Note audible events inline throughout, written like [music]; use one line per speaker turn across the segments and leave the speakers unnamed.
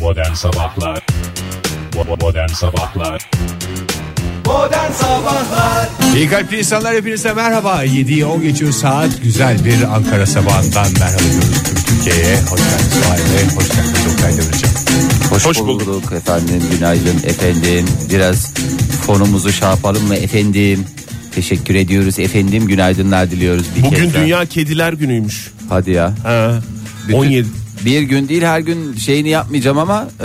Modern Sabahlar Bo- Modern Sabahlar
Modern Sabahlar
İyi kalpli insanlar hepinize merhaba. 7'yi 10 geçiyor saat. Güzel bir Ankara sabahından merhaba diyoruz tüm Türkiye'ye. Hoş geldiniz Vay be, Hoş geldiniz Okay Demircan.
Hoş,
Hoş bulduk.
bulduk. efendim. Günaydın efendim. Biraz fonumuzu şey yapalım mı efendim? Teşekkür ediyoruz efendim. Günaydınlar diliyoruz bir
Bugün
kez daha.
Dünya Kediler Günü'ymüş.
Hadi ya.
Ha. 17
Bir gün değil her gün şeyini yapmayacağım ama e,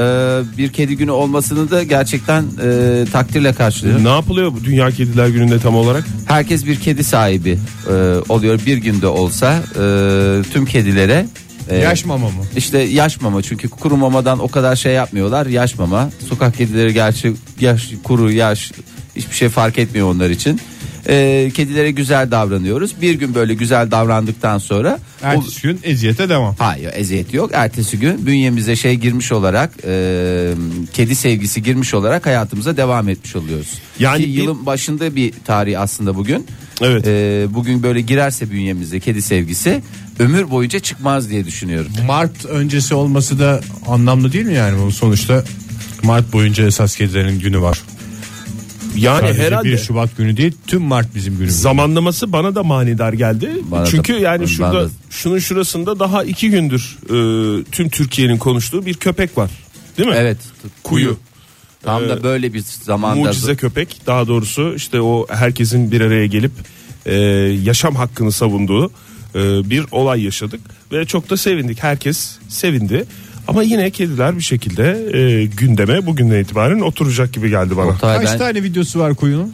bir kedi günü olmasını da gerçekten e, takdirle karşılıyorum.
ne yapılıyor bu Dünya Kediler Günü'nde tam olarak?
Herkes bir kedi sahibi e, oluyor bir günde olsa e, tüm kedilere. e,
Ee, Yaş mama mı?
İşte yaş mama çünkü kuru mamadan o kadar şey yapmıyorlar. Yaş mama. Sokak kedileri gerçi yaş kuru yaş hiçbir şey fark etmiyor onlar için. Ee, kedilere güzel davranıyoruz. Bir gün böyle güzel davrandıktan sonra o-
Ertesi gün eziyete devam.
Hayır eziyet yok. Ertesi gün bünyemize şey girmiş olarak e, kedi sevgisi girmiş olarak hayatımıza devam etmiş oluyoruz.
Yani
Yani
bir-
yılın başında bir tarih aslında bugün.
Evet.
E, bugün böyle girerse bünyemize kedi sevgisi ömür boyunca çıkmaz diye düşünüyorum.
Mart öncesi olması da anlamlı değil mi yani bu sonuçta? Mart boyunca esas kedilerin günü var.
Yani
Sadece
herhalde
1 Şubat günü değil tüm Mart bizim günümüz.
zamanlaması bana da manidar geldi.
Bana da-
Çünkü yani
bana
şurada
da-
şunun şurasında daha iki gündür e, tüm Türkiye'nin konuştuğu bir köpek var. Değil mi?
Evet.
Kuyu. Ee,
Tam da böyle bir zamanda
Mucize köpek daha doğrusu işte o herkesin bir araya gelip e, yaşam hakkını savunduğu e, bir olay yaşadık ve çok da sevindik herkes sevindi ama yine kediler bir şekilde e, gündeme bugünden itibaren oturacak gibi geldi bana.
Oktay,
Kaç
ben-
tane videosu var kuyunun?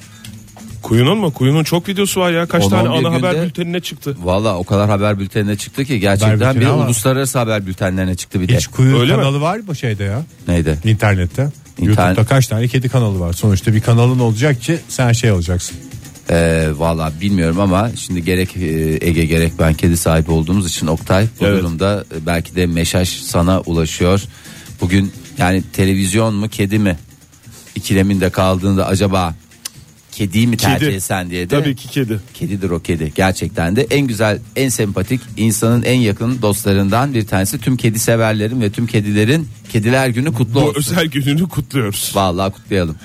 Kuyunun mu? Kuyunun çok videosu var ya kaç
10-11
tane ana haber
günde-
bültenine çıktı.
Valla o kadar haber bültenine çıktı ki
Haber
gerçekten bir
bülteni ama-
uluslararası haber bültenlerine çıktı bir de.
Hiç kuyu
Öyle mi?
kanalı var mı şeyde ya?
Neydi?
İnternette. YouTube'da kaç tane kedi kanalı var? Sonuçta bir kanalın olacak ki sen şey olacaksın.
Ee, Valla bilmiyorum ama şimdi gerek e, Ege gerek ben kedi sahibi olduğumuz için Oktay bu
Evet.
durumda e, belki de meşaj sana ulaşıyor. Bugün yani televizyon mu kedi mi ikileminde kaldığında acaba kediyi mi tercih
Kedi.
etsen diye de
Tabii ki kedi.
Kedidir o kedi gerçekten de en güzel en sempatik insanın en yakın dostlarından bir tanesi tüm kedi severlerin ve tüm kedilerin kediler günü kutlu
Bu
olsun.
özel gününü kutluyoruz.
Vallahi kutlayalım.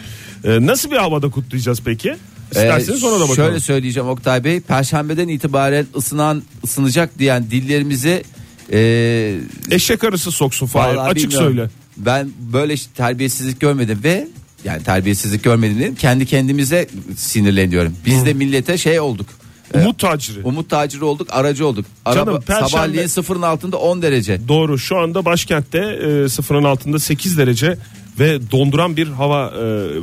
E, nasıl bir havada kutlayacağız peki?
Ee,
İsterseniz ona da bakalım.
Şöyle söyleyeceğim Oktay Bey perşembeden itibaren ısınan ısınacak diyen dillerimizi e,
Eşek arısı soksun Fahir
vallahi
açık
bilmiyorum.
söyle.
Ben böyle terbiyesizlik görmedim ve yani terbiyesizlik görmedim dedim kendi kendimize sinirleniyorum. Biz de millete şey olduk. e,
Umut taciri.
Umut taciri olduk aracı olduk. Araba
Canım, perşembe-
sabahleyin sıfırın altında 10 derece.
Doğru şu anda başkentte e, sıfırın altında 8 derece ve donduran bir hava e,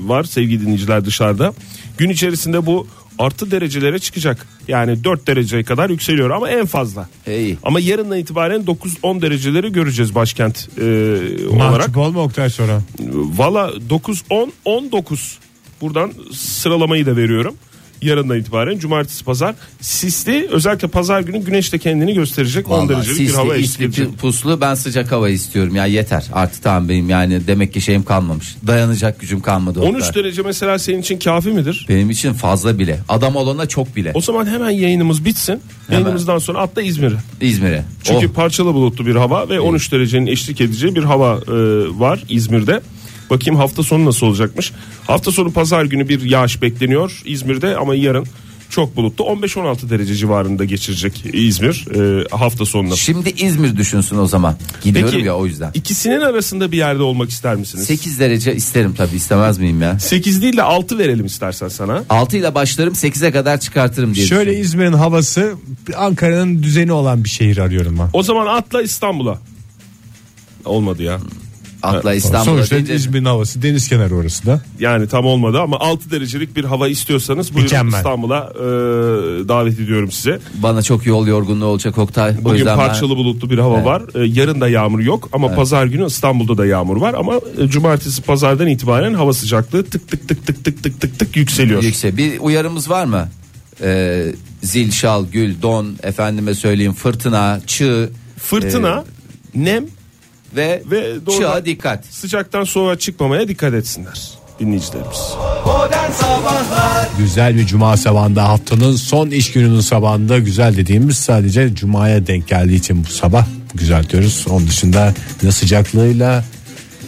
var sevgili dinleyiciler dışarıda. Gün içerisinde bu artı derecelere çıkacak. Yani 4 dereceye kadar yükseliyor ama en fazla.
İyi.
Ama yarından itibaren 9-10 dereceleri göreceğiz başkent e, olarak.
Mahcup olma Oktay sonra.
Valla 9-10-19 buradan sıralamayı da veriyorum. Yarından itibaren cumartesi pazar sisli özellikle pazar günü güneş de kendini gösterecek 10
Vallahi
derecelik bir
sisli,
hava eşlik
isli,
edecek.
pu- puslu ben sıcak hava istiyorum ya yeter artık tamam benim yani demek ki şeyim kalmamış dayanacak gücüm kalmadı. Oktay.
13 derece mesela senin için kafi midir?
Benim için fazla bile. Adam olana çok bile.
O zaman hemen yayınımız bitsin. Yayınımızdan sonra atla İzmir'e.
İzmir'e.
Çünkü
Oh.
parçalı bulutlu bir hava ve 13 derecenin eşlik edeceği bir hava e, var İzmir'de. Bakayım hafta sonu nasıl olacakmış. Hafta sonu pazar günü bir yağış bekleniyor İzmir'de ama yarın çok bulutlu. 15-16 derece civarında geçirecek İzmir e, hafta sonuna.
Oh. Şimdi İzmir düşünsün o zaman. Gidiyorum ya o yüzden.
ikisinin arasında bir yerde olmak ister misiniz? 8,
8 derece isterim tabii istemez miyim ya?
değil de 6 verelim istersen sana.
6 ile başlarım 8'e kadar çıkartırım diye.
Şöyle
düşünüyorum.
İzmir'in havası Ankara'nın düzeni olan bir şehir arıyorum ben.
O zaman atla İstanbul'a. Olmadı ya.
atla İstanbul'a
Sonuçta
deyince
İzmir'in havası deniz kenarı orası da.
Yani tam olmadı ama 6 derecelik bir hava istiyorsanız buyurun
Mükemmel.
İstanbul'a e, davet ediyorum size.
bana çok yol yorgunluğu olacak Oktay. o
Bugün
yüzden ben-
parçalı bulutlu bir hava var. E, yarın da yağmur yok ama pazar günü İstanbul'da da yağmur var ama e, cumartesi pazardan itibaren hava sıcaklığı tık tık tık tık tık tık tık tık yükseliyor.
Yüksek. Bir uyarımız var mı? Ee, zil, şal, gül, don, efendime söyleyeyim fırtına, çığ
Fırtına, nem
ve,
Ve doğru-
çığa dikkat.
sıcaktan soğuğa çıkmamaya dikkat etsinler dinleyicilerimiz.
Modern Sabahlar
Güzel bir cuma sabahında haftanın son iş gününün sabahında güzel dediğimiz sadece cumaya denk geldiği için bu sabah güzel diyoruz. Onun dışında ne sıcaklığıyla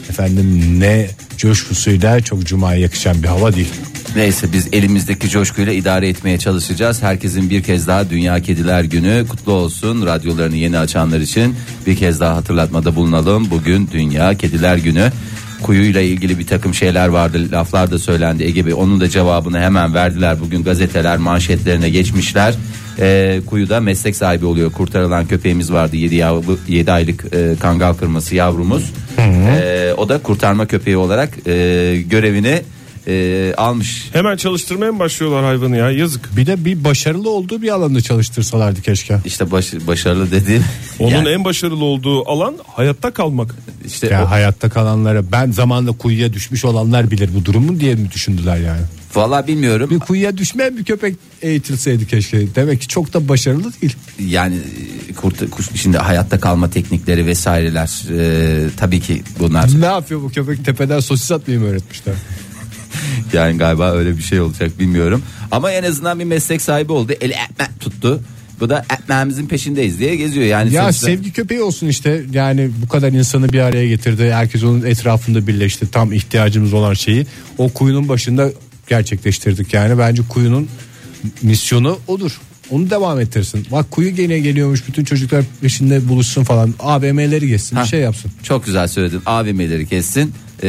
efendim ne coşkusuyla çok cumaya yakışan bir hava değil.
Neyse biz elimizdeki coşkuyla idare etmeye çalışacağız. Herkesin bir kez daha Dünya Kediler Günü kutlu olsun. Radyolarını yeni açanlar için bir kez daha hatırlatmada bulunalım. Bugün Dünya Kediler Günü. Kuyuyla ilgili bir takım şeyler vardı. Laflar da söylendi Ege Bey. Onun da cevabını hemen verdiler. Bugün gazeteler manşetlerine geçmişler. Ee, kuyuda meslek sahibi oluyor. Kurtarılan köpeğimiz vardı. 7 aylık e, kangal kırması yavrumuz. Ee, o da kurtarma köpeği olarak e, görevini e, almış
Hemen çalıştırmaya mı başlıyorlar hayvanı ya yazık.
Bir de bir başarılı olduğu bir alanda çalıştırsalardı keşke.
İşte baş- başarılı dediğim
Onun
yani
en başarılı olduğu alan hayatta kalmak.
işte
Ya
o-
hayatta kalanlara ben zamanla kuyuya düşmüş olanlar bilir bu durumu diye mi düşündüler yani?
valla bilmiyorum
Bir kuyuya düşmeyen bir köpek eğitilseydi keşke. Demek ki çok da başarılı değil.
yani e, kurt kuş şimdi hayatta kalma teknikleri vesaireler e, tabii ki bunlar
Ne yapıyor bu köpek tepeden sosis atmayı mı öğretmişler?
yani galiba öyle bir şey olacak bilmiyorum ama en azından bir meslek sahibi oldu eli ekmek tuttu bu da ekmeğimizin peşindeyiz diye geziyor yani
Ya
sonuçta-
sevgi köpeği olsun işte yani bu kadar insanı bir araya getirdi herkes onun etrafında birleşti tam ihtiyacımız olan şeyi o kuyunun başında gerçekleştirdik yani bence kuyunun misyonu odur onu devam ettirsin bak kuyu gene geliyormuş bütün çocuklar peşinde buluşsun falan AVM'leri geçsin
Ha.
bir şey yapsın
Çok güzel söyledin. AVM'leri kessin. Ee,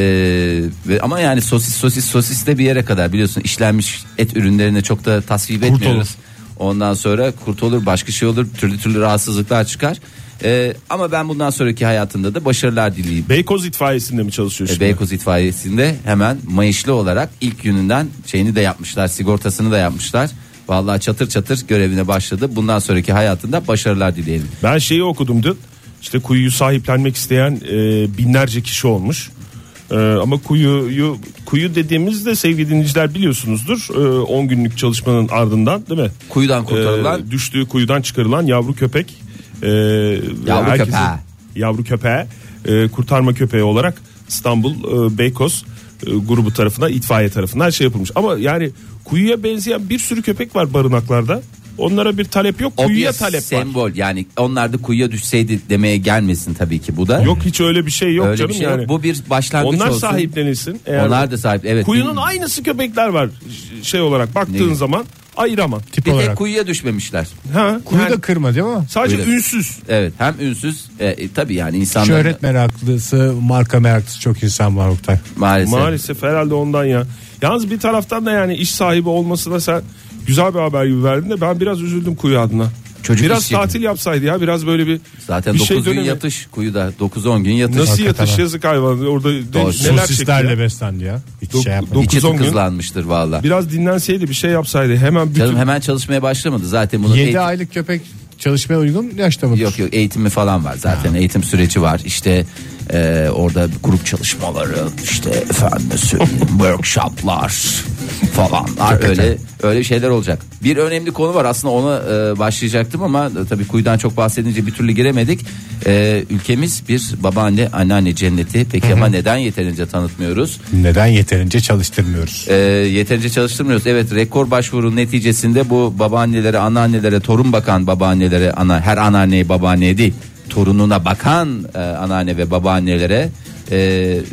ve- ama yani sosis sosis sosis de bir yere kadar biliyorsun işlenmiş et ürünlerine çok da tasvip etmiyoruz. Ondan sonra kurt olur başka şey olur türlü türlü rahatsızlıklar çıkar. Ee, ama ben bundan sonraki hayatında da başarılar dileyim.
Beykoz itfaiyesinde mi çalışıyor
E,
şimdi?
Beykoz itfaiyesinde hemen mayışlı olarak ilk gününden şeyini de yapmışlar sigortasını da yapmışlar. Vallahi çatır çatır görevine başladı. Bundan sonraki hayatında başarılar dileyelim.
Ben şeyi okudum dün. İşte kuyuyu sahiplenmek isteyen e, binlerce kişi olmuş. E, ama kuyuyu kuyu dediğimizde sevgili dinleyiciler biliyorsunuzdur. e, 10 günlük çalışmanın ardından değil mi?
Kuyudan kurtarılan
E, düştüğü kuyudan çıkarılan yavru köpek. e,
Yavru
herkesin-
köpeği.
Yavru köpeğe e, kurtarma köpeği olarak İstanbul e, Beykoz e, grubu tarafından itfaiye tarafından şey yapılmış. Ama yani kuyuya benzeyen bir sürü köpek var barınaklarda. Onlara bir talep yok. Kuyuya
Obvious
talep var.
sembol yani onlar da kuyuya düşseydi demeye gelmesin tabii ki bu da.
Yok hiç öyle bir şey yok
Öyle
canım
bir şey yok.
yani.
Bu bir başlangıç
Onlar
olsun.
sahiplenilsin. Eğer
Onlar da sahip evet.
Kuyunun
bir,
aynısı köpekler var Ş- şey olarak baktığın
Ne?
zaman ayıramam.
tip
bir tek
olarak
kuyuya düşmemişler.
Ha,
kuyu
yani
da kırma değil mi?
sadece
Öyle.
ünsüz.
Evet hem ünsüz e, e, tabii yani insanlar
Şöhret meraklısı marka meraklısı çok insan var Oktay.
maalesef.
Maalesef herhalde ondan ya. Yalnız bir taraftan da yani iş sahibi olmasına sen güzel bir haber gibi verdin de ben biraz üzüldüm kuyu adına.
Çocuk
biraz
işçiydi.
tatil yapsaydı ya biraz böyle bir
Zaten
bir
9
şey
gün
dönemi-
yatış kuyuda 9-10 gün yatış.
Nasıl
Hakikaten
yatış
ha.
yazık hayvan orada ne- neler çekti ya.
Sosislerle beslendi ya. Hiç
Dok-
şey yapmadı.
dok-
İçi
9-10 gün.
tıkızlanmıştır valla.
Biraz dinlenseydi bir şey yapsaydı hemen bütün
Canım hemen çalışmaya başlamadı zaten bunun
7
eğitim-
aylık köpek çalışmaya uygun yaşta mıdır?
Yok yok eğitimi falan var zaten eğitim süreci var işte e, orada grup çalışmaları işte efendim söyleyeyim, workshoplar falanlar öyle öyle şeyler olacak. Bir önemli konu var aslında ona e, başlayacaktım ama e, tabii kuyudan çok bahsedince bir türlü giremedik. E, ülkemiz bir babaanne anneanne cenneti peki ama neden yeterince tanıtmıyoruz?
Neden yeterince çalıştırmıyoruz?
E, yeterince çalıştırmıyoruz. Evet rekor başvurunun neticesinde bu babaannelere, anneannelere, torun bakan babaannelere, ana her anneanneye babaanneye değil, torununa bakan e, anneanne ve babaannelere e,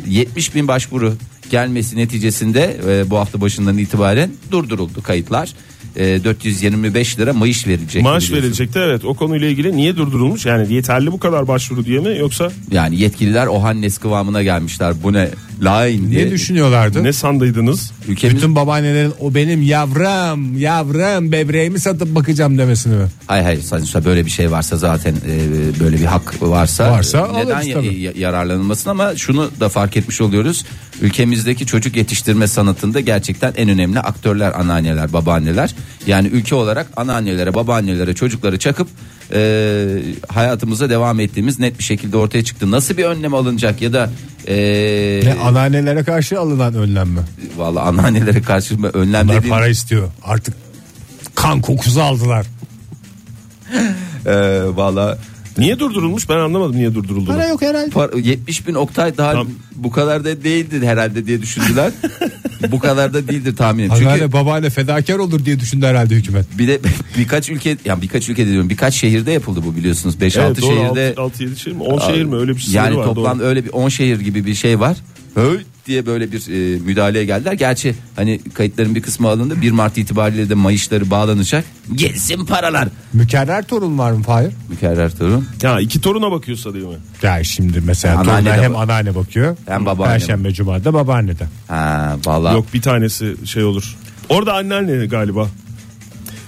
70 bin başvuru gelmesi neticesinde e, bu hafta başından itibaren durduruldu kayıtlar. E, 425 lira maaş verilecek.
maaş
biliyorsun.
verilecekti evet o konuyla ilgili niye durdurulmuş yani yeterli bu kadar başvuru diye mi yoksa
Yani yetkililer o hannes kıvamına gelmişler. Bu ne? Lain diye.
ne düşünüyorlardı?
ne sandıydınız?
Ülkemiz
Bütün babaannelerin o benim yavrum yavrum bebreğimi satıp bakacağım demesini mi?
Hayır hayır sonuçta böyle bir şey varsa zaten e, böyle bir hak varsa,
Varsa
e, neden
alırız tabii.
ya- yararlanılmasın ama şunu da fark etmiş oluyoruz. Ülkemizdeki çocuk yetiştirme sanatında gerçekten en önemli aktörler anneanneler babaanneler. Yani ülke olarak anneannelere babaannelere çocukları çakıp e, hayatımıza devam ettiğimiz net bir şekilde ortaya çıktı. Nasıl bir önlem alınacak ya da e,
Ne anneannelere karşı alınan önlem mi?
valla anneannelere karşı önlem
Bunlar
dediğim
para istiyor. Artık kan kokusu aldılar.
e, valla
Niye durdurulmuş ben anlamadım niye durdurulduğunu.
yok herhalde.
Par- 70 bin Oktay daha
Tam-
bu kadar da değildir herhalde diye düşündüler. bu kadar da değildir tahminim. Çünkü
Anneanne babaanne fedakar olur diye düşündü herhalde hükümet.
bir de birkaç ülke yani birkaç ülke diyorum birkaç şehirde yapıldı bu biliyorsunuz. 5-6
Evet, doğru,
şehirde
6-7 şehir mi 10 şehir mi öyle bir şey
yani
var.
toplam
doğru.
öyle bir 10 şehir gibi bir şey var. "Höy!" diye böyle bir e, müdahaleye geldiler. Gerçi hani kayıtların bir kısmı alındı. 1 Mart itibariyle de mayışları bağlanacak. Gelsin paralar.
Mükerrer torun var mı Fahir?
Mükerrer torun.
Ya iki toruna bakıyorsa değil mi?
Ya şimdi mesela
Anneanne
torunlar
de
hem
bak-
anneanne bakıyor.
Hem babaanne
Perşembe cumada babaanne de.
Ha vallahi.
Yok bir tanesi şey olur. Orada anneanne galiba.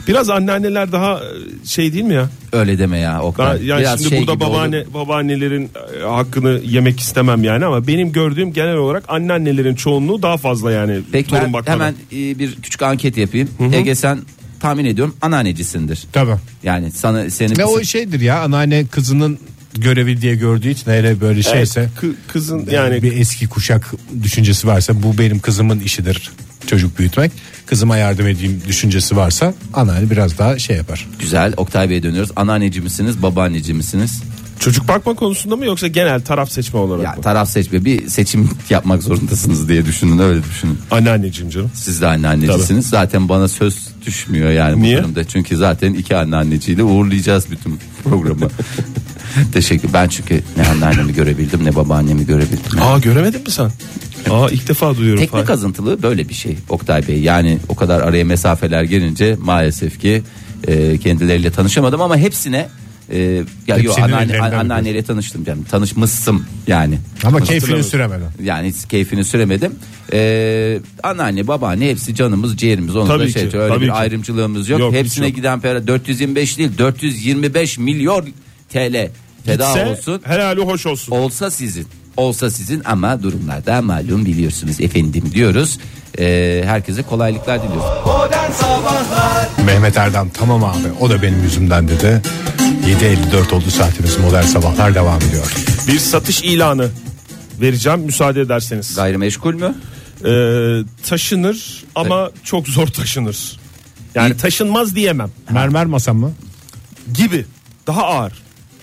Biraz anneanneler daha e, şey değil mi ya?
Öyle deme ya
Ben,
Oktay.
yani
Biraz
şimdi
şey
burada
gibi
babaanne
oldu.
babaannelerin e, hakkını yemek istemem yani ama benim gördüğüm genel olarak anneannelerin çoğunluğu daha fazla yani
Peki
torun
ben
bakmadan.
hemen e, bir küçük anket yapayım. Ege sen tahmin ediyorum anneannecisindir.
Tabii.
Yani sana senin
Ve o şeydir ya anneanne kızının görevi diye gördüğü için hele böyle şeyse
Kı- kızın
yani
yani
Ee, bir eski kuşak düşüncesi varsa bu benim kızımın işidir çocuk büyütmek. Kızıma yardım edeyim düşüncesi varsa anneanne biraz daha şey yapar.
güzel Oktay Bey'e dönüyoruz. Anneanneci misiniz babaanneci misiniz?
çocuk bakma konusunda mı yoksa genel taraf seçme olarak
Ya
mı?
taraf seçme bir seçim [laughs] yapmak zorundasınız diye düşünün öyle düşünün.
Anneanneciğim canım.
Siz de anneannecisiniz. Zaten bana söz düşmüyor yani
Niye?
bu durumda. Çünkü zaten iki anneanneciyle uğurlayacağız bütün
[laughs]
programı. Teşekkür. Ben çünkü ne anneannemi görebildim ne babaannemi görebildim.
Aa göremedin mi sen? Aa ilk defa duyuyorum.
Tekne
falan.
kazıntılı böyle bir şey Oktay Bey. Yani o kadar araya mesafeler gelince maalesef ki e, kendileriyle tanışamadım ama hepsine e, ya
Hepsinin
yok anneanne,
ellerinden
anneanneyle tanıştım canım. Tanışmışsın yani.
Ama keyfini süremeden.
Yani hiç keyfini süremedim. Ee, anneanne babaanne hepsi canımız ciğerimiz. Onun
Tabii
da
ki,
şey, öyle
tabii
bir
ki.
ayrımcılığımız yok.
Yok, hiç
Hepsine
yok.
giden para 425 değil 425 milyon TL feda
Gitse
olsun.
Helali hoş olsun.
Olsa sizin. Olsa sizin ama durumlarda malum biliyorsunuz efendim diyoruz. Ee, herkese kolaylıklar diliyoruz.
Modern Sabahlar
Mehmet Erdem tamam abi o da benim yüzümden dedi. 7.54 oldu saatimiz modern sabahlar devam ediyor.
Bir satış ilanı vereceğim müsaade ederseniz.
Gayrimeşgul mü?
Ee, taşınır ama çok zor taşınır. Yani taşınmaz diyemem.
Mermer masam mı?
Gibi. Daha ağır.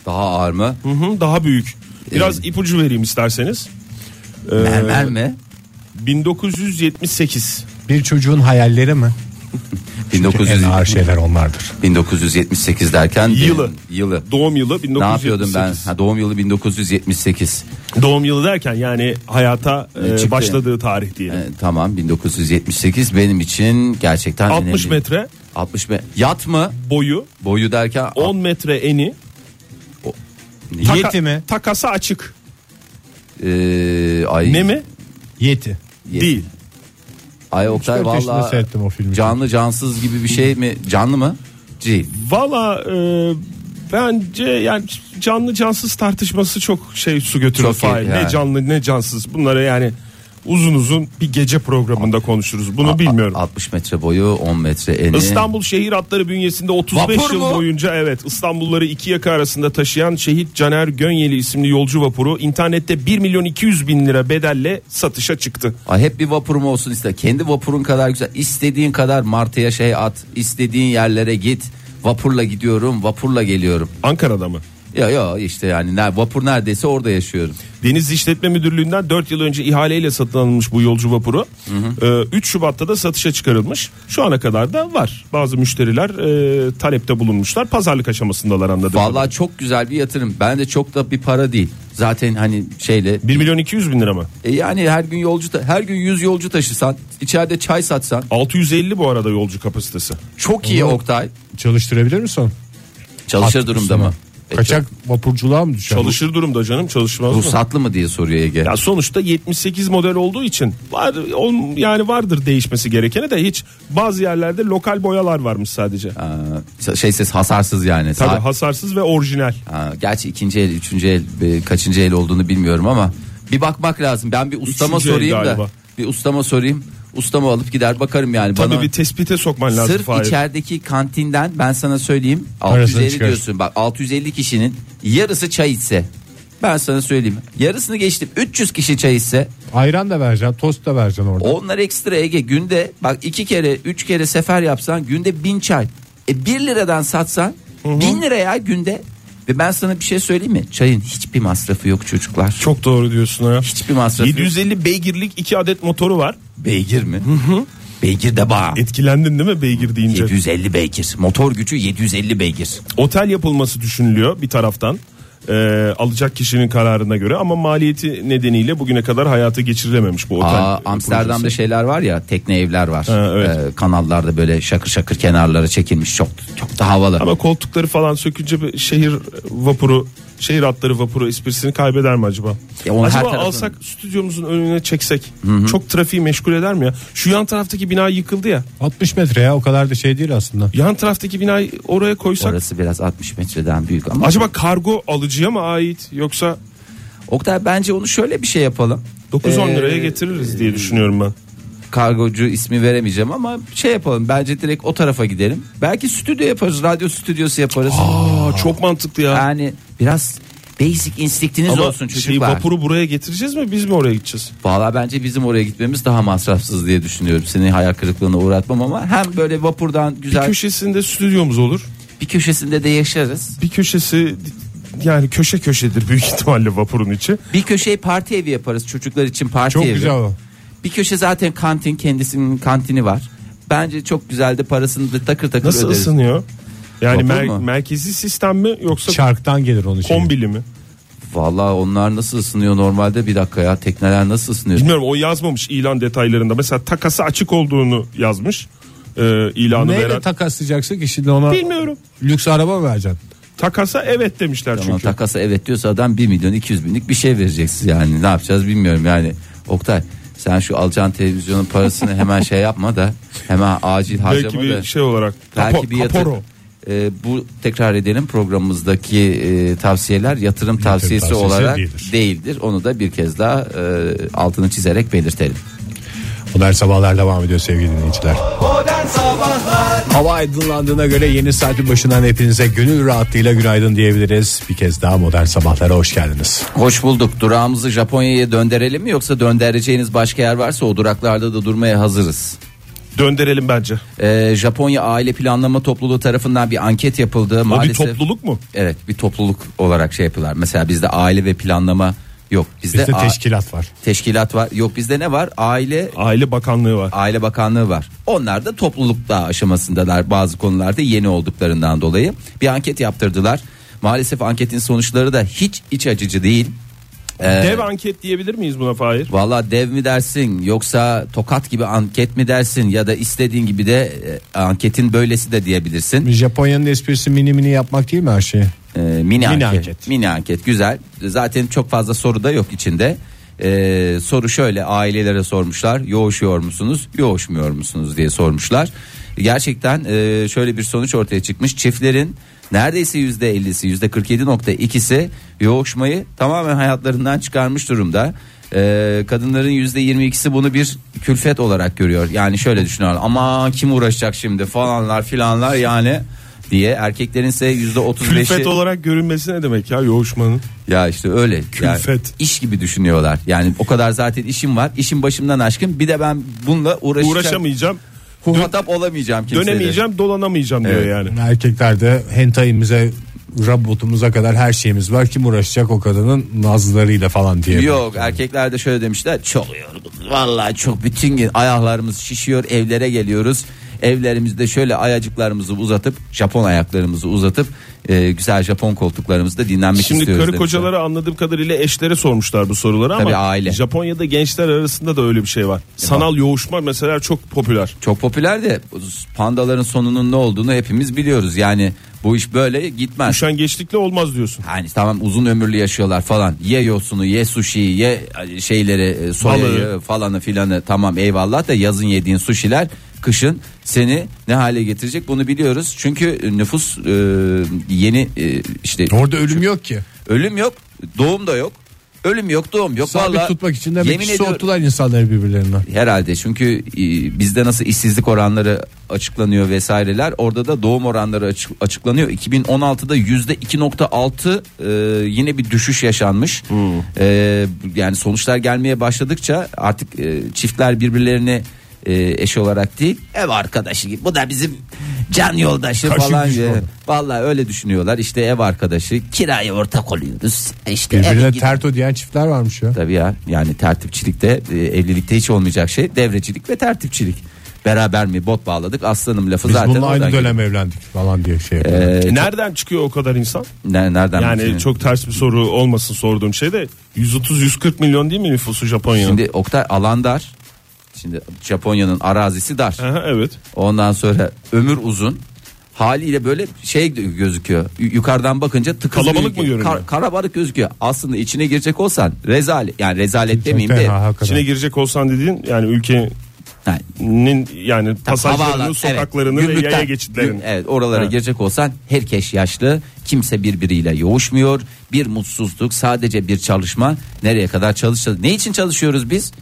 Daha ağır mı?
Hı hı, daha büyük. Biraz
Ee,
ipucu vereyim isterseniz. Ee,
Mermer mi?
1978.
Bir çocuğun hayalleri mi?
1900,
En
[laughs]
ağır şeyler onlardır.
1978 derken
Yılı.
yılı.
Doğum yılı
Ne
1978.
yapıyordum ben? Ha, doğum yılı 1978.
Doğum yılı derken yani hayata e,
Çıktı.
başladığı tarih diyelim.
E, tamam 1978 benim için gerçekten
60
önemli.
metre
60 metre. Yat mı?
boyu,
Boyu derken
10 metre eni,
Niye-
taka-
mi?
takası açık.
E, ay,
Ne mi?
Yeti.
Ye-
Değil.
Ay Oktay
Dört yaşında
valla
seyrettim o filmi.
canlı cansız gibi bir şey mi? Canlı mı? Değil.
Valla e, bence yani canlı cansız tartışması çok şey su götürür.
Çok iyi,
Fahir.
yani.
Ne canlı ne cansız bunlara yani uzun uzun bir gece programında konuşuruz. Bunu bilmiyorum.
A- 60 metre boyu 10 metre eni.
İstanbul Şehir Hatları bünyesinde 35
Vapur
yıl
mu?
boyunca evet İstanbulları iki yaka arasında taşıyan şehit Caner Gönyeli isimli yolcu vapuru internette 1 milyon 200 bin lira bedelle satışa çıktı.
Ay hep bir vapurum olsun iste. Kendi vapurun kadar güzel. İstediğin kadar martıya şey at. İstediğin yerlere git. Vapurla gidiyorum, vapurla geliyorum.
Ankara'da mı?
Ya ya işte yani ne- vapur neredeyse orada yaşıyorum.
Deniz İşletme Müdürlüğü'nden 4 yıl önce ihaleyle satın alınmış bu yolcu vapuru. Ee, 3 Şubat'ta da satışa çıkarılmış. Şu ana kadar da var. Bazı müşteriler e, talepte bulunmuşlar. Pazarlık aşamasındalar anladım.
Vallahi çok güzel bir yatırım. Ben de çok da bir para değil. Zaten hani şeyle
1 milyon 200 bin lira mı?
E yani her gün yolcu ta- her gün 100 yolcu taşısan, içeride çay satsan
650 bu arada yolcu kapasitesi.
çok iyi
Olur.
Oktay.
Çalıştırabilir misin onu?
Çalışır
At
durumda
üstüne.
mı? E,
Kaçak vapurculuğa mı düşer?
Çalışır durumda canım çalışmaz mı?
Ruhsatlı mı diye soruyor Ege.
Ya sonuçta 78 model olduğu için var on- yani vardır değişmesi gerekeni de hiç bazı yerlerde lokal boyalar varmış sadece.
Ee, şey ses hasarsız yani.
Tabii
Saat-
hasarsız ve orijinal.
Ha, gerçi ikinci el, üçüncü el, e, kaçıncı el olduğunu bilmiyorum ama bir bakmak lazım. Ben bir ustama
Üçüncü el
sorayım da
galiba.
bir ustama sorayım. Ustama alıp gider bakarım yani
Tabii
bana.
bir tespite sokman lazım.
Sırf
Fahir.
içerideki kantinden ben sana söyleyeyim
Arasını
650
çıkar.
diyorsun bak 650 kişinin yarısı çay içse ben sana söyleyeyim yarısını geçtim 300 kişi çay içse
Ayran da vereceksin, tost da vereceksin orada.
onlar ekstra Ege günde bak iki kere üç kere sefer yapsan günde bin çay e 1 liradan satsan bin liraya günde ve ben sana bir şey söyleyeyim mi çayın hiçbir masrafı yok çocuklar
Çok doğru diyorsun ya.
hiçbir masrafı
750 beygirlik 2 adet motoru var.
yok. beygir mi beygir de bağ
Etkilendin değil mi beygir deyince?
750 beygir motor gücü 750 beygir
Otel yapılması düşünülüyor bir taraftan. e, alacak kişinin kararına göre ama maliyeti nedeniyle bugüne kadar hayata geçirilememiş bu otel.
Aa,
e,
Amsterdam'da
projesi.
şeyler var ya tekne evler var.
Ha, evet.
Ee, kanallarda böyle şakır şakır kenarlara çekilmiş çok çok da havalı.
Ama koltukları falan sökünce bir şehir vapuru, şehir atları vapuru esprisini kaybeder mi acaba?
Ya onu her
acaba
taraftan-
alsak stüdyomuzun önüne çeksek çok trafiği meşgul eder mi ya? Şu yan taraftaki bina yıkıldı ya.
60 metre ya o kadar da şey değil aslında.
Yan taraftaki binayı oraya koysak
Orası biraz 60 metreden büyük ama.
acaba kargo alıcıya mı ait yoksa
Oktay bence onu şöyle bir şey yapalım.
9-10
Ee,
liraya getiririz diye düşünüyorum ben.
Kargocu ismi veremeyeceğim ama şey yapalım bence direkt o tarafa gidelim. Belki stüdyo yaparız radyo stüdyosu yaparız.
Aa, çok mantıklı ya.
Yani biraz basic instinktiniz
Ama
olsun çocuklar.
şey, vapuru buraya getireceğiz mi biz mi oraya gideceğiz?
Valla bence bizim oraya gitmemiz daha masrafsız diye düşünüyorum. Seni hayal kırıklığına uğratmam ama hem böyle vapurdan
Bir
güzel bir,
köşesinde stüdyomuz olur.
köşesinde de yaşarız.
Bir köşesi yani köşe köşedir büyük [laughs] ihtimalle vapurun içi.
Bir köşeyi parti evi yaparız çocuklar için parti
Çok
evi.
güzel o.
Bir köşe zaten kantin kendisinin kantini var. Bence çok güzeldi parasını da takır takır
Nasıl
öderiz.
ısınıyor? Yani
Vapur
mer-
mu?
merkezi sistem mi yoksa
Çarktan gelir onun için.
kombili mi?
Valla onlar nasıl ısınıyor normalde bir dakika ya tekneler nasıl ısınıyor?
Bilmiyorum o yazmamış ilan detaylarında. Mesela takası açık olduğunu yazmış. Ee, ilanı
Neyle
veren.
takaslayacaksın ki şimdi ona
Bilmiyorum.
lüks araba mı vereceksin?
Takasa evet demişler
Tamam,
çünkü.
takasa evet diyorsa adam 1 milyon 200 binlik bir şey vereceksiniz yani ne yapacağız bilmiyorum yani. Oktay sen şu alacağın televizyonun parasını hemen şey yapma da hemen acil harcama
Belki
da.
bir şey olarak.
Belki
Kapo-
bir yatır-
kaporo.
Ee, bu tekrar edelim programımızdaki e, tavsiyeler yatırım tavsiyesi
tavsiyesi
olarak değildir.
değildir.
Onu da bir kez daha e, altını çizerek belirtelim.
Modern Sabahlar devam ediyor sevgili dinleyiciler.
Modern Sabahlar
Hava aydınlandığına göre yeni saatin başından hepinize gönül rahatlığıyla günaydın diyebiliriz. Bir kez daha Modern Sabahlar'a hoş geldiniz.
Hoş bulduk. Durağımızı Japonya'ya döndürelim mi yoksa döndüreceğiniz başka yer varsa o duraklarda da durmaya hazırız.
Döndürelim bence.
Ee, Japonya Aile Planlama Topluluğu tarafından bir anket yapıldı.
O bir
Maalesef
topluluk mu?
Evet, bir topluluk olarak şey yapıyorlar. Mesela bizde aile ve planlama yok. Bizde,
Bizde
a-
teşkilat var.
teşkilat var. Yok bizde ne var? Aile
Aile Bakanlığı var.
Aile Bakanlığı var. Onlar da toplulukta aşamasındalar bazı konularda yeni olduklarından dolayı. Bir anket yaptırdılar. Maalesef anketin sonuçları da hiç iç acıcı değil. Ee,
Dev anket diyebilir miyiz buna Fahir?
Valla dev mi dersin yoksa tokat gibi anket mi dersin ya da istediğin gibi de e, anketin böylesi de diyebilirsin.
Japonya'nın esprisi mini mini yapmak değil mi her şeyi?
Ee, mini, anket.
anket.
Mini anket güzel. Zaten çok fazla soru da yok içinde. Ee, soru şöyle ailelere sormuşlar. Yoğuşuyor musunuz? Yoğuşmuyor musunuz diye sormuşlar. Gerçekten e, şöyle bir sonuç ortaya çıkmış. Çiftlerin neredeyse %50'si %47.2'si yoğuşmayı tamamen hayatlarından çıkarmış durumda. Ee, kadınların %22'si bunu bir külfet olarak görüyor. Yani şöyle düşünüyorlar. Ama kim uğraşacak şimdi falanlar filanlar yani diye. Erkeklerin ise %35'i
Külfet olarak görünmesi ne demek ya yoğuşmanın?
ya işte öyle. Yani
Külfet.
iş gibi düşünüyorlar. Yani o kadar zaten işim var. İşim başımdan aşkın. Bir de ben bununla uğraşacak.
Uğraşamayacağım,
Muhatap olamayacağım kimseyle.
dönemeyeceğim, dolanamayacağım
Evet.
diyor yani.
Erkeklerde hentai'mize robotumuza kadar her şeyimiz var. Kim uğraşacak o kadının nazlarıyla falan diye.
Yok erkekler de şöyle demişler. Çok yorgunuz. Vallahi çok bütün gün ayaklarımız şişiyor. Evlere geliyoruz. Evlerimizde şöyle ayacıklarımızı uzatıp Japon ayaklarımızı uzatıp e, güzel Japon koltuklarımızda dinlenmek
Şimdi
şey istiyoruz.
karı
demişler.
kocaları anladığım kadarıyla eşlere sormuşlar bu soruları ama
Tabii aile.
Japonya'da gençler arasında da öyle bir şey var. Sanal yoğuşma mesela çok popüler.
Çok popüler de pandaların sonunun ne olduğunu hepimiz biliyoruz. Yani bu iş böyle gitmez.
Üşengeçlikle olmaz diyorsun.
Yani Hani tamam uzun ömürlü yaşıyorlar falan. Ye yosunu, ye sushi'yi, ye şeyleri, e, soyayı
Balığı.
falanı filanı. Tamam eyvallah da yazın yediğin sushi'ler kışın seni ne hale getirecek bunu biliyoruz. Çünkü nüfus e, yeni e, işte
Orada ölüm yok ki.
ölüm yok, doğum da yok. Ölüm yok, doğum yok.
Sabit
Vallahi
tutmak için demek
yemin
ki
ediyorum-
soğuttular insanları birbirlerinden.
Herhalde çünkü e, bizde nasıl işsizlik oranları açıklanıyor vesaireler orada da doğum oranları açık- açıklanıyor. 2016'da yüzde 2.6 e, yine bir düşüş yaşanmış.
Hmm.
E, yani sonuçlar gelmeye başladıkça artık e, çiftler birbirlerini e, eş olarak değil ev arkadaşı gibi bu da bizim can yoldaşı
Karşı
falan
düşman.
diye. Vallahi öyle düşünüyorlar işte ev arkadaşı kiraya ortak oluyoruz işte eve
Birbirine
gidiyoruz.
terto diyen çiftler varmış ya.
Tabii ya yani tertipçilikte e, evlilikte hiç olmayacak şey devrecilik ve tertipçilik. Beraber mi bot bağladık aslanım lafı
Biz
zaten.
bununla aynı
oradan Ee,
dönem evlendik falan diye şey yapıyor.
Nereden çıkıyor o kadar insan?
geliyor. Ne- nereden
Yani
bileyim?
çok ters bir soru olmasın sorduğum şey de 130-140 milyon değil mi nüfusu Japonya'nın?
Şimdi Oktay alan dar. Şimdi Japonya'nın arazisi dar.
Aha, evet.
Ondan sonra ömür uzun. Haliyle böyle şey gözüküyor. Y- Yukarıdan bakınca tıkız
Kalabalık
bir ülke.
mı görünüyor?
Kar- karabalık gözüküyor. Aslında içine girecek olsan rezalet yani rezalet demeyeyim de
Fena, hakikaten.
İçine girecek olsan dediğin yani ülkenin
yani
yani
havaalan-
pasajlarını,
evet,
sokaklarını ve
gümrükten-
yaya
güm-
geçitlerini.
Evet oralara
Evet.
girecek olsan herkes yaşlı. Kimse birbiriyle yoğuşmuyor. Bir mutsuzluk sadece bir çalışma. Nereye kadar çalışacağız? Ne için çalışıyoruz biz?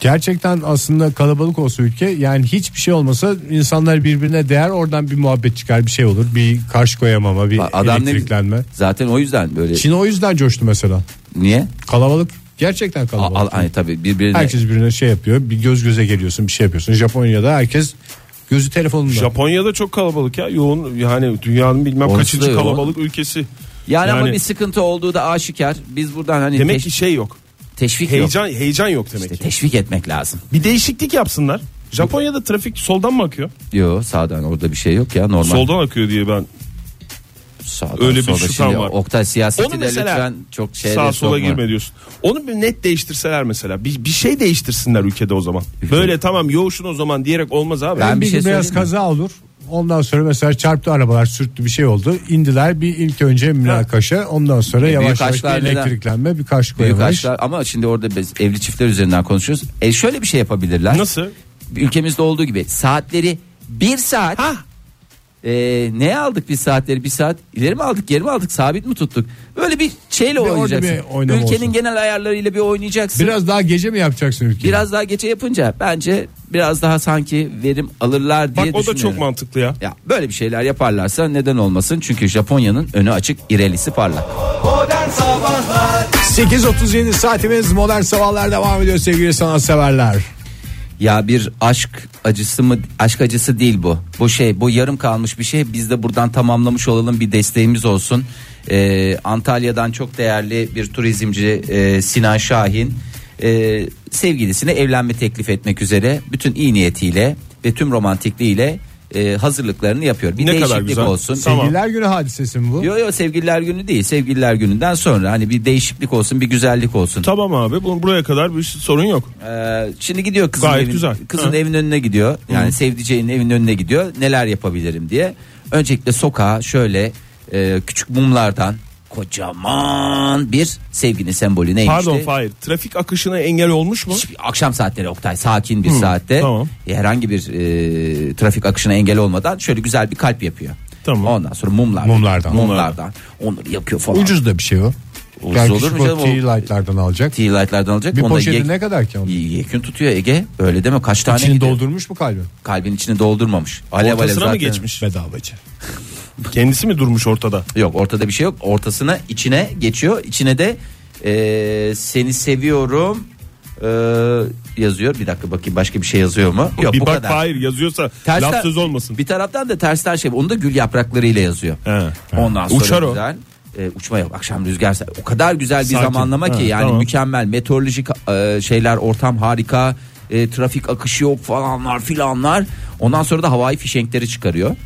Gerçekten aslında kalabalık olsa ülke yani hiçbir şey olmasa insanlar birbirine değer oradan bir muhabbet çıkar bir şey olur. Bir karşı koyamama bir
Adam ne-
elektriklenme.
Zaten o yüzden böyle.
Çin o yüzden coştu mesela.
Niye?
Kalabalık gerçekten
Al,
kalabalık.
al, ay, tabii birbirine.
Herkes birbirine şey yapıyor bir göz göze geliyorsun bir şey yapıyorsun. Japonya'da herkes gözü telefonunda.
Japonya'da çok kalabalık ya yoğun yani dünyanın bilmem
Orası da
kaçıncı
yoğun.
kalabalık ülkesi.
Yani, ama
Yani-
bir sıkıntı olduğu da aşikar. Biz buradan hani
Demek
teş-
ki şey yok.
teşvik yok.
Heyecan heyecan yok demek
İşte
ki.
teşvik etmek lazım.
Bir değişiklik yapsınlar. Japonya'da trafik soldan mı akıyor?
Diyor sağdan orada bir şey yok ya normal.
Soldan akıyor diye ben.
Sağdan,
Öyle bir
solda.
şüphem
Şimdi
var.
Oktay siyaseti
Onu
de
mesela
lütfen çok şeye
sağa
de
sola
sokma.
girme diyorsun. Onu bir net değiştirseler mesela. Bir, bir şey değiştirsinler ülkede o zaman. Böyle tamam yoğuşun o zaman diyerek olmaz abi.
Ben- bir
bir,
şey
biraz
söyleyeyim mi?
kaza olur. Ondan sonra mesela çarptı arabalar sürttü bir şey oldu. İndiler bir ilk önce münakaşa ondan sonra yavaş yavaş bir
aşklar E, neden?
elektriklenme bir karşı
Büyük
koyamaş.
aşklar ama şimdi orada biz evli çiftler üzerinden konuşuyoruz. E şöyle bir şey yapabilirler.
Nasıl?
Ülkemizde olduğu gibi saatleri bir saat.
Ha
E, ne aldık biz saatleri bir saat ileri mi aldık geri mi aldık sabit mi tuttuk? Böyle bir şeyle
orada
oynayacaksın.
bir oynama
Ülkenin
olsun.
genel ayarlarıyla bir oynayacaksın.
Biraz daha gece mi yapacaksın ülkeyi?
Biraz daha gece yapınca bence biraz daha sanki verim alırlar diye
bak o da
düşünüyorum.
çok mantıklı ya.
Ya böyle bir şeyler yaparlarsa neden olmasın? Çünkü Japonya'nın önü açık, irelisi parlak.
Modern Sabahlar
8.37 saatimiz modern sabahlar devam ediyor sevgili sanatseverler.
Ya bir aşk acısı mı? Aşk acısı değil bu. Bu şey, bu yarım kalmış bir şey. Biz de buradan tamamlamış olalım bir desteğimiz olsun. Ee, Antalya'dan çok değerli bir turizmci e, Sinan Şahin e, sevgilisine evlenme teklif etmek üzere bütün iyi niyetiyle ve tüm romantikliğiyle e, hazırlıklarını yapıyor. Bir
Ne kadar
değişiklik
güzel.
olsun.
Tamam.
Sevgililer günü hadisesi mi bu?
Yo yo sevgililer günü değil. Sevgililer gününden sonra hani bir değişiklik olsun, bir güzellik olsun.
Tamam abi bu- buraya kadar bir sorun yok.
Ee, şimdi gidiyor kızın
Gayet
evin,
güzel.
kızın
Ha.
evin önüne gidiyor. Yani sevdiceğinin evin önüne gidiyor. Neler yapabilirim diye. Öncelikle sokağa şöyle e, küçük mumlardan kocaman bir sevginin sembolü neymiş?
Pardon
de?
Fahir trafik akışına engel olmuş mu?
Hiçbir- akşam saatleri Oktay sakin bir saatte
tamam.
herhangi bir e, trafik akışına engel olmadan şöyle güzel bir kalp yapıyor.
Tamam.
Ondan sonra mumlardan.
Mumlardan.
Mumlardan. Onları yakıyor falan.
Ucuz da bir şey o.
Ucuz
Yani
olur
küçük
mu canım
o
o?
T-Light'lardan alacak.
Tea light'lardan alacak.
Bir
Onu da
poşeti
yek-
ne kadar ki onun?
Yekün tutuyor Ege. Öyle deme kaç tane
İçini
gidiyor? E,
doldurmuş mu kalbi?
Kalbin içini doldurmamış. Alev alev
Ortasına mı
zaten.
geçmiş?
Bedavacı.
Kendisi mi durmuş ortada?
Yok ortada bir şey yok. Ortasına içine geçiyor. İçine de eee, seni seviyorum eee, yazıyor. Bir dakika bakayım başka bir şey yazıyor mu? Yok
bir
bu
bak
kadar.
Fahir yazıyorsa
Tersten-
laf söz olmasın.
Bir taraftan da tersten şey onu da gül yapraklarıyla yazıyor.
He, he.
Ondan sonra
Uçar o.
güzel. Ee, uçma yok akşam rüzgar o kadar güzel bir
Sakin.
zamanlama ki
He,
yani
tamam.
mükemmel meteorolojik e, şeyler ortam harika E, trafik akışı yok falanlar filanlar ondan sonra da havai fişenkleri çıkarıyor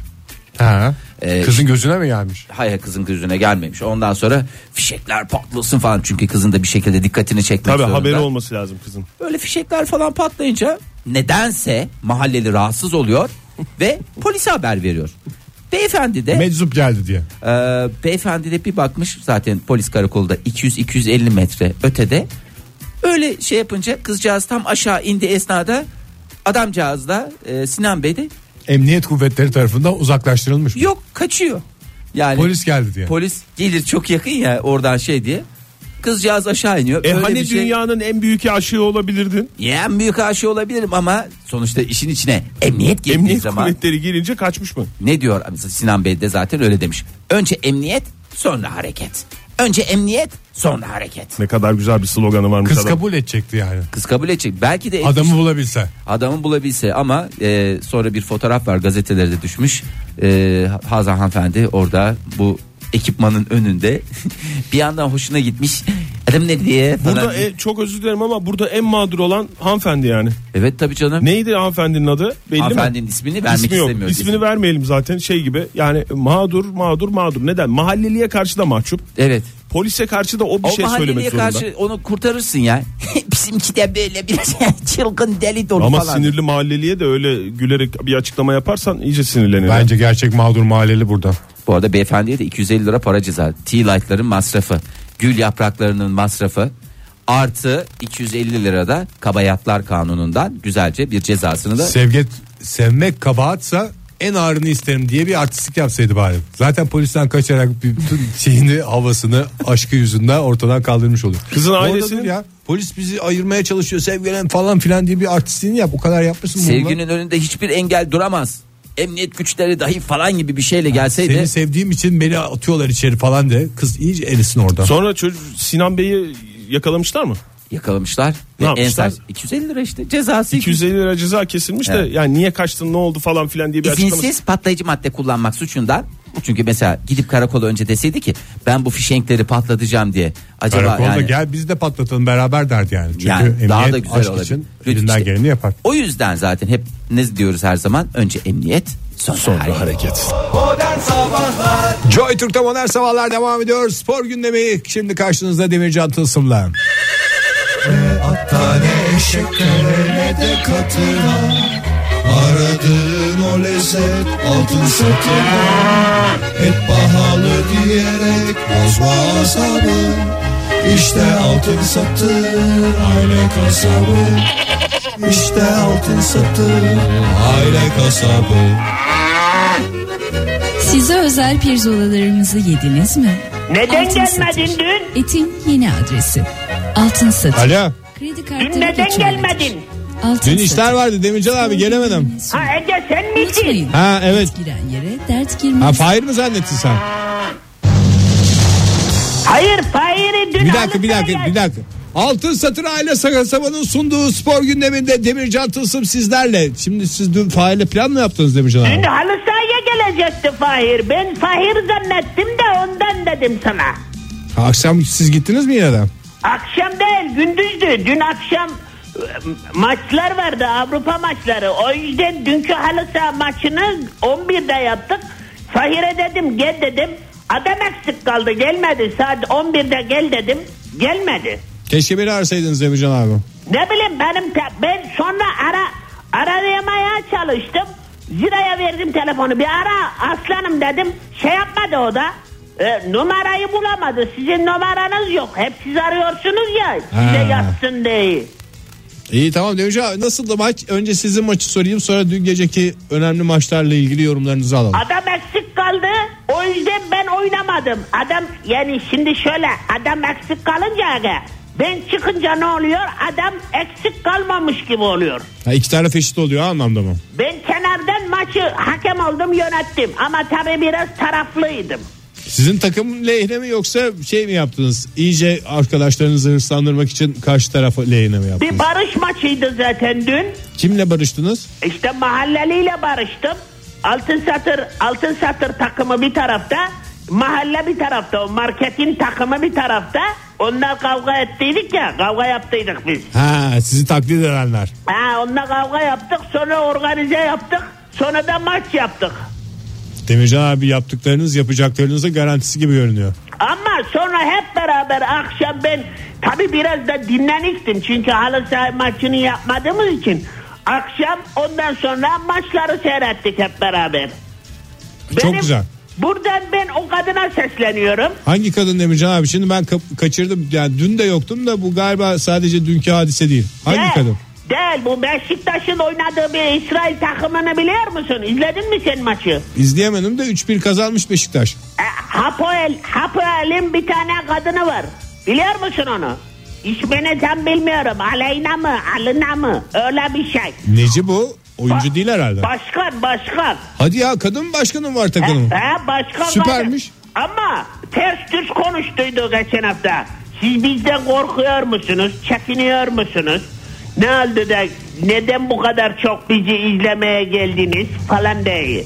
Ha.
Ee,
Kızın gözüne mi gelmiş?
hayır kızın gözüne gelmemiş ondan sonra fişekler patlasın falan çünkü kızın da bir şekilde dikkatini çekmek
Tabii
zorunda
haberi olması lazım kızın.
böyle fişekler falan patlayınca nedense mahalleli rahatsız oluyor ve polise haber veriyor beyefendi de
Meczup geldi diye.
ee, beyefendi de bir bakmış zaten polis karakolu da 200-250 metre ötede. Öyle şey yapınca kızcağız tam aşağı indi esnada adamcağız da e, Sinan Bey de
Emniyet kuvvetleri tarafından uzaklaştırılmış.
yok kaçıyor. Yani
Polis geldi diye.
Polis gelir çok yakın ya oradan şey diye. Kızcağız aşağı iniyor.
E
Böyle bir
hani
şey-
dünyanın en büyük aşığı olabilirdin?
Ya en büyük aşığı olabilirim ama sonuçta işin içine emniyet girdiği
Emniyet
zaman
kuvvetleri girince kaçmış mı?
ne diyor Sinan Bey de zaten öyle demiş. Önce emniyet sonra hareket. Önce emniyet sonra hareket.
Ne kadar güzel bir sloganı varmış
Kız
adam.
kabul edecekti yani.
Kız kabul edecek. Belki de etmiş.
Adamı bulabilse.
adamı bulabilse ama e, sonra bir fotoğraf var gazetelerde düşmüş. E, Hazan hanımefendi orada bu ekipmanın önünde [laughs] bir yandan hoşuna gitmiş adam ne diye falan.
Burada e, çok özür dilerim ama burada en mağdur olan hanımefendi yani.
Evet tabii canım.
Neydi hanımefendinin adı? Belli mi?
Hanımefendinin ismini vermek
İsmi yok.
istemiyoruz.
İsmini vermeyelim zaten şey gibi. Yani mağdur, mağdur, mağdur. Neden? Mahalleliye karşı da mahcup.
Evet.
Polise karşı da o bir
O
şey söylemek
mahalleliye
zorunda.
karşı onu kurtarırsın
[laughs]
ya. Bizimki de böyle biraz [laughs] çılgın deli dolu
Ama
falan.
sinirli mahalleliye de öyle gülerek bir açıklama yaparsan iyice sinirlenir.
Bence gerçek mağdur mahalleli burada.
Bu arada beyefendiye de 250 lira para ceza. T-Light'ların masrafı. Gül yapraklarının masrafı. Artı 250 lira da kabayatlar kanunundan güzelce bir cezasını da
Sevget sevmek kabahatsa en ağırını isterim diye bir artistlik yapsaydı bari. Zaten polisten kaçarak bütün
[laughs]
şeyini havasını aşkı yüzünden ortadan kaldırmış oluyor.
Kızın
Orada
ailesinin-
dur ya polis bizi ayırmaya çalışıyor sevgilen falan filan diye bir artistliğini yap. O kadar yapmışsın bununla.
sevginin önünde hiçbir engel duramaz. Emniyet güçleri dahi falan gibi bir şeyle gelseydi.
Seni sevdiğim için beni atıyorlar içeri falan de kız iyice erisin orada.
Sonra çocuk Sinan Bey'i yakalamışlar mı?
yakalamışlar. ve
Ne yapmışlar?
en sert- 250 lira işte cezası.
250 lira ceza kesilmiş de
Evet.
yani niye kaçtın ne oldu falan filan diye bir açıklaması.
İzinsiz patlayıcı madde kullanmak suçundan. Çünkü mesela gidip karakola önce deseydi ki ben bu fişenkleri patlatacağım diye. Acaba
Karakolda
yani
gel biz de patlatalım beraber derdi yani. Çünkü
Yani
emniyet
daha da güzel
aşk
olabilir.
için
Lütfen
elinden
işte.
geleni yapar.
o yüzden zaten hep ne diyoruz her zaman önce emniyet sonra, hareket.
Modern Sabahlar
Joy Türk'te modern sabahlar devam ediyor. Spor gündemi şimdi karşınızda Demircan Tılsım'la.
Hatta ne eşeklere ne de katına Aradığın o lezzet altın satına Et pahalı diyerek bozma asabı İşte altın satır aile kasabı İşte altın satır aile kasabı
Size özel pirzolalarımızı yediniz mi?
Neden
Altın
gelmedin
satır.
dün?
Etin yeni adresi. Altın satır.
Alo.
Kredi
Dün
kartı
neden
geçerlidir.
gelmedin?
Altın
Dün
satır.
işler vardı Demircan abi gelemedim.
Ha Ege sen miydin?
Unutmayın.
Ha evet.
Giren yere dert girmez.
Ha Fahir mi zannettin sen?
Hayır Fahir'i dün
Bir dakika bir
Anıtkabir'e
dakika
geldi.
bir dakika. Altın Satır Aile Sakasaba'nın sunduğu spor gündeminde Demircan Tılsım sizlerle. Şimdi siz dün Fahir'le plan mı yaptınız Demircan
Dün
abi?
halı sahaya gelecekti Fahir. Ben Fahir zannettim de ondan dedim sana.
Ha, Akşam siz gittiniz mi yine de?
Akşam değil gündüzdü. Dün akşam e, maçlar vardı Avrupa maçları. O yüzden dünkü halı saha maçını 11'de yaptık. Fahir'e dedim gel dedim. Adam eksik kaldı gelmedi. Saat 11'de gel dedim. Gelmedi.
Keşke beni arsaydınız Demircan abi.
Ne bileyim benim te- ben sonra ara aramaya çalıştım. Zira'ya verdim telefonu. Bir ara aslanım dedim. Şey yapmadı o da. E, numarayı bulamadı. Sizin numaranız yok. Hep siz arıyorsunuz ya. Size
Ha.
yazsın diye.
İyi tamam Demircan abi nasıldı maç? Önce sizin maçı sorayım sonra dün geceki önemli maçlarla ilgili yorumlarınızı alalım.
Adam eksik kaldı. O yüzden ben oynamadım. Adam yani şimdi şöyle adam eksik kalınca aga, ben çıkınca ne oluyor? Adam eksik kalmamış gibi oluyor.
Ha, iki taraf eşit oluyor ha anlamda mı?
Ben kenardan maçı hakem oldum yönettim ama tabii biraz taraflıydım.
Sizin takım lehine mi yoksa şey mi yaptınız? İyice arkadaşlarınızı hırslandırmak için karşı tarafa lehine mi
Bir
yaptınız?
barış maçıydı zaten dün.
Kimle barıştınız?
İşte mahalleliyle barıştım. Altın Satır Altın Satır takımı bir tarafta, mahalle bir tarafta, o marketin takımı bir tarafta. Onlar kavga ettiydik ya, kavga yaptıydık biz.
Ha sizi taklit edenler.
Ha, onunla kavga yaptık, sonra organize yaptık, sonra da maç yaptık.
Demircan abi yaptıklarınız yapacaklarınızın garantisi gibi görünüyor.
Ama sonra hep beraber akşam ben tabi biraz da dinleniktim. Çünkü halı saha maçını yapmadığımız için akşam ondan sonra maçları seyrettik hep beraber.
Çok güzel.
Buradan ben o kadına sesleniyorum.
Hangi kadın Demircan abi? Şimdi ben kap- kaçırdım. Yani dün de yoktum da bu galiba sadece dünkü hadise değil. Hangi
Değil,
kadın?
Değil bu Beşiktaş'ın oynadığı bir İsrail takımını biliyor musun? İzledin mi sen maçı?
İzleyemedim de 3-1 kazanmış Beşiktaş.
E, Hapoel, Hapoel'in bir tane kadını var. Biliyor musun onu? İsmini tam bilmiyorum. Aleyna mı, Alina mı? Öyle bir şey.
Neci bu? Oyuncu değil herhalde.
Başkan başkan.
Hadi ya kadın başkanım var takımın.
He, he, başkan
Süpermiş.
var. Ama ters düz konuştuydu geçen hafta. Siz bizden korkuyor musunuz? Çekiniyor musunuz? Ne oldu da neden bu kadar çok bizi izlemeye geldiniz falan diye.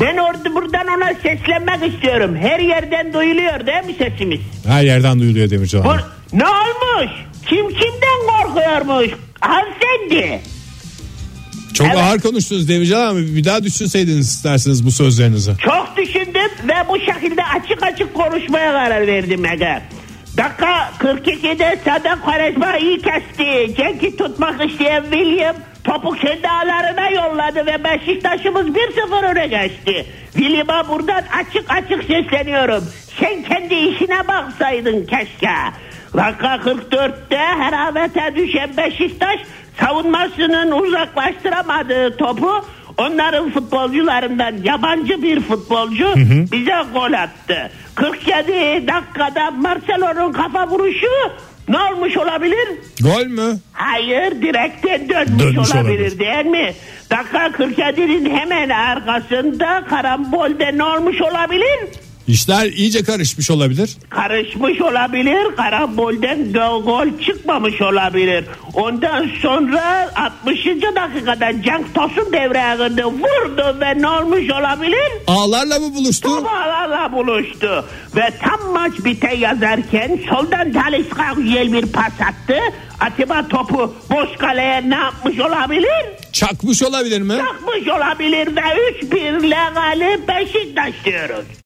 Ben orada buradan ona seslenmek istiyorum. Her yerden duyuluyor değil mi sesimiz?
Her yerden duyuluyor Demircan
Bu,
abi.
ne olmuş? Kim kimden korkuyormuş? Hanımefendi.
Çok
Evet.
ağır konuştunuz Demircan abi. Bir daha düşünseydiniz isterseniz bu sözlerinizi.
Çok düşündüm ve bu şekilde açık açık konuşmaya karar verdim Ege. Dakika 42'de sana konuşma iyi kesti. Cenk'i tutmak isteyen William topu kendi ağlarına yolladı ve Beşiktaş'ımız 1-0 öne geçti. William'a buradan açık açık sesleniyorum. Sen kendi işine baksaydın keşke. Dakika 44'te heravete düşen Beşiktaş savunmasının uzaklaştıramadığı topu Onların futbolcularından yabancı bir futbolcu bize gol attı. 47 dakikada Marcelo'nun kafa vuruşu ne olmuş olabilir?
Gol mü?
Hayır direkten dönmüş,
Dönmüş
olabilir,
olabilir.
değil mi? Dakika 47'nin hemen arkasında karambolde ne olmuş olabilir?
İşler iyice karışmış olabilir.
Karışmış olabilir, karambolden go- gol çıkmamış olabilir. Ondan sonra 60. dakikada Cenk Tosun devreye girdi, vurdu ve ne olmuş olabilir?
Ağlarla mı buluştu?
Kubalarla buluştu ve tam maç bite yazarken soldan Talisca güzel bir pas attı. Atiba topu boş kaleye ne yapmış olabilir?
Çakmış olabilir mi?
Takmış olabilir ve 3-1 ile galip Beşiktaş diyoruz.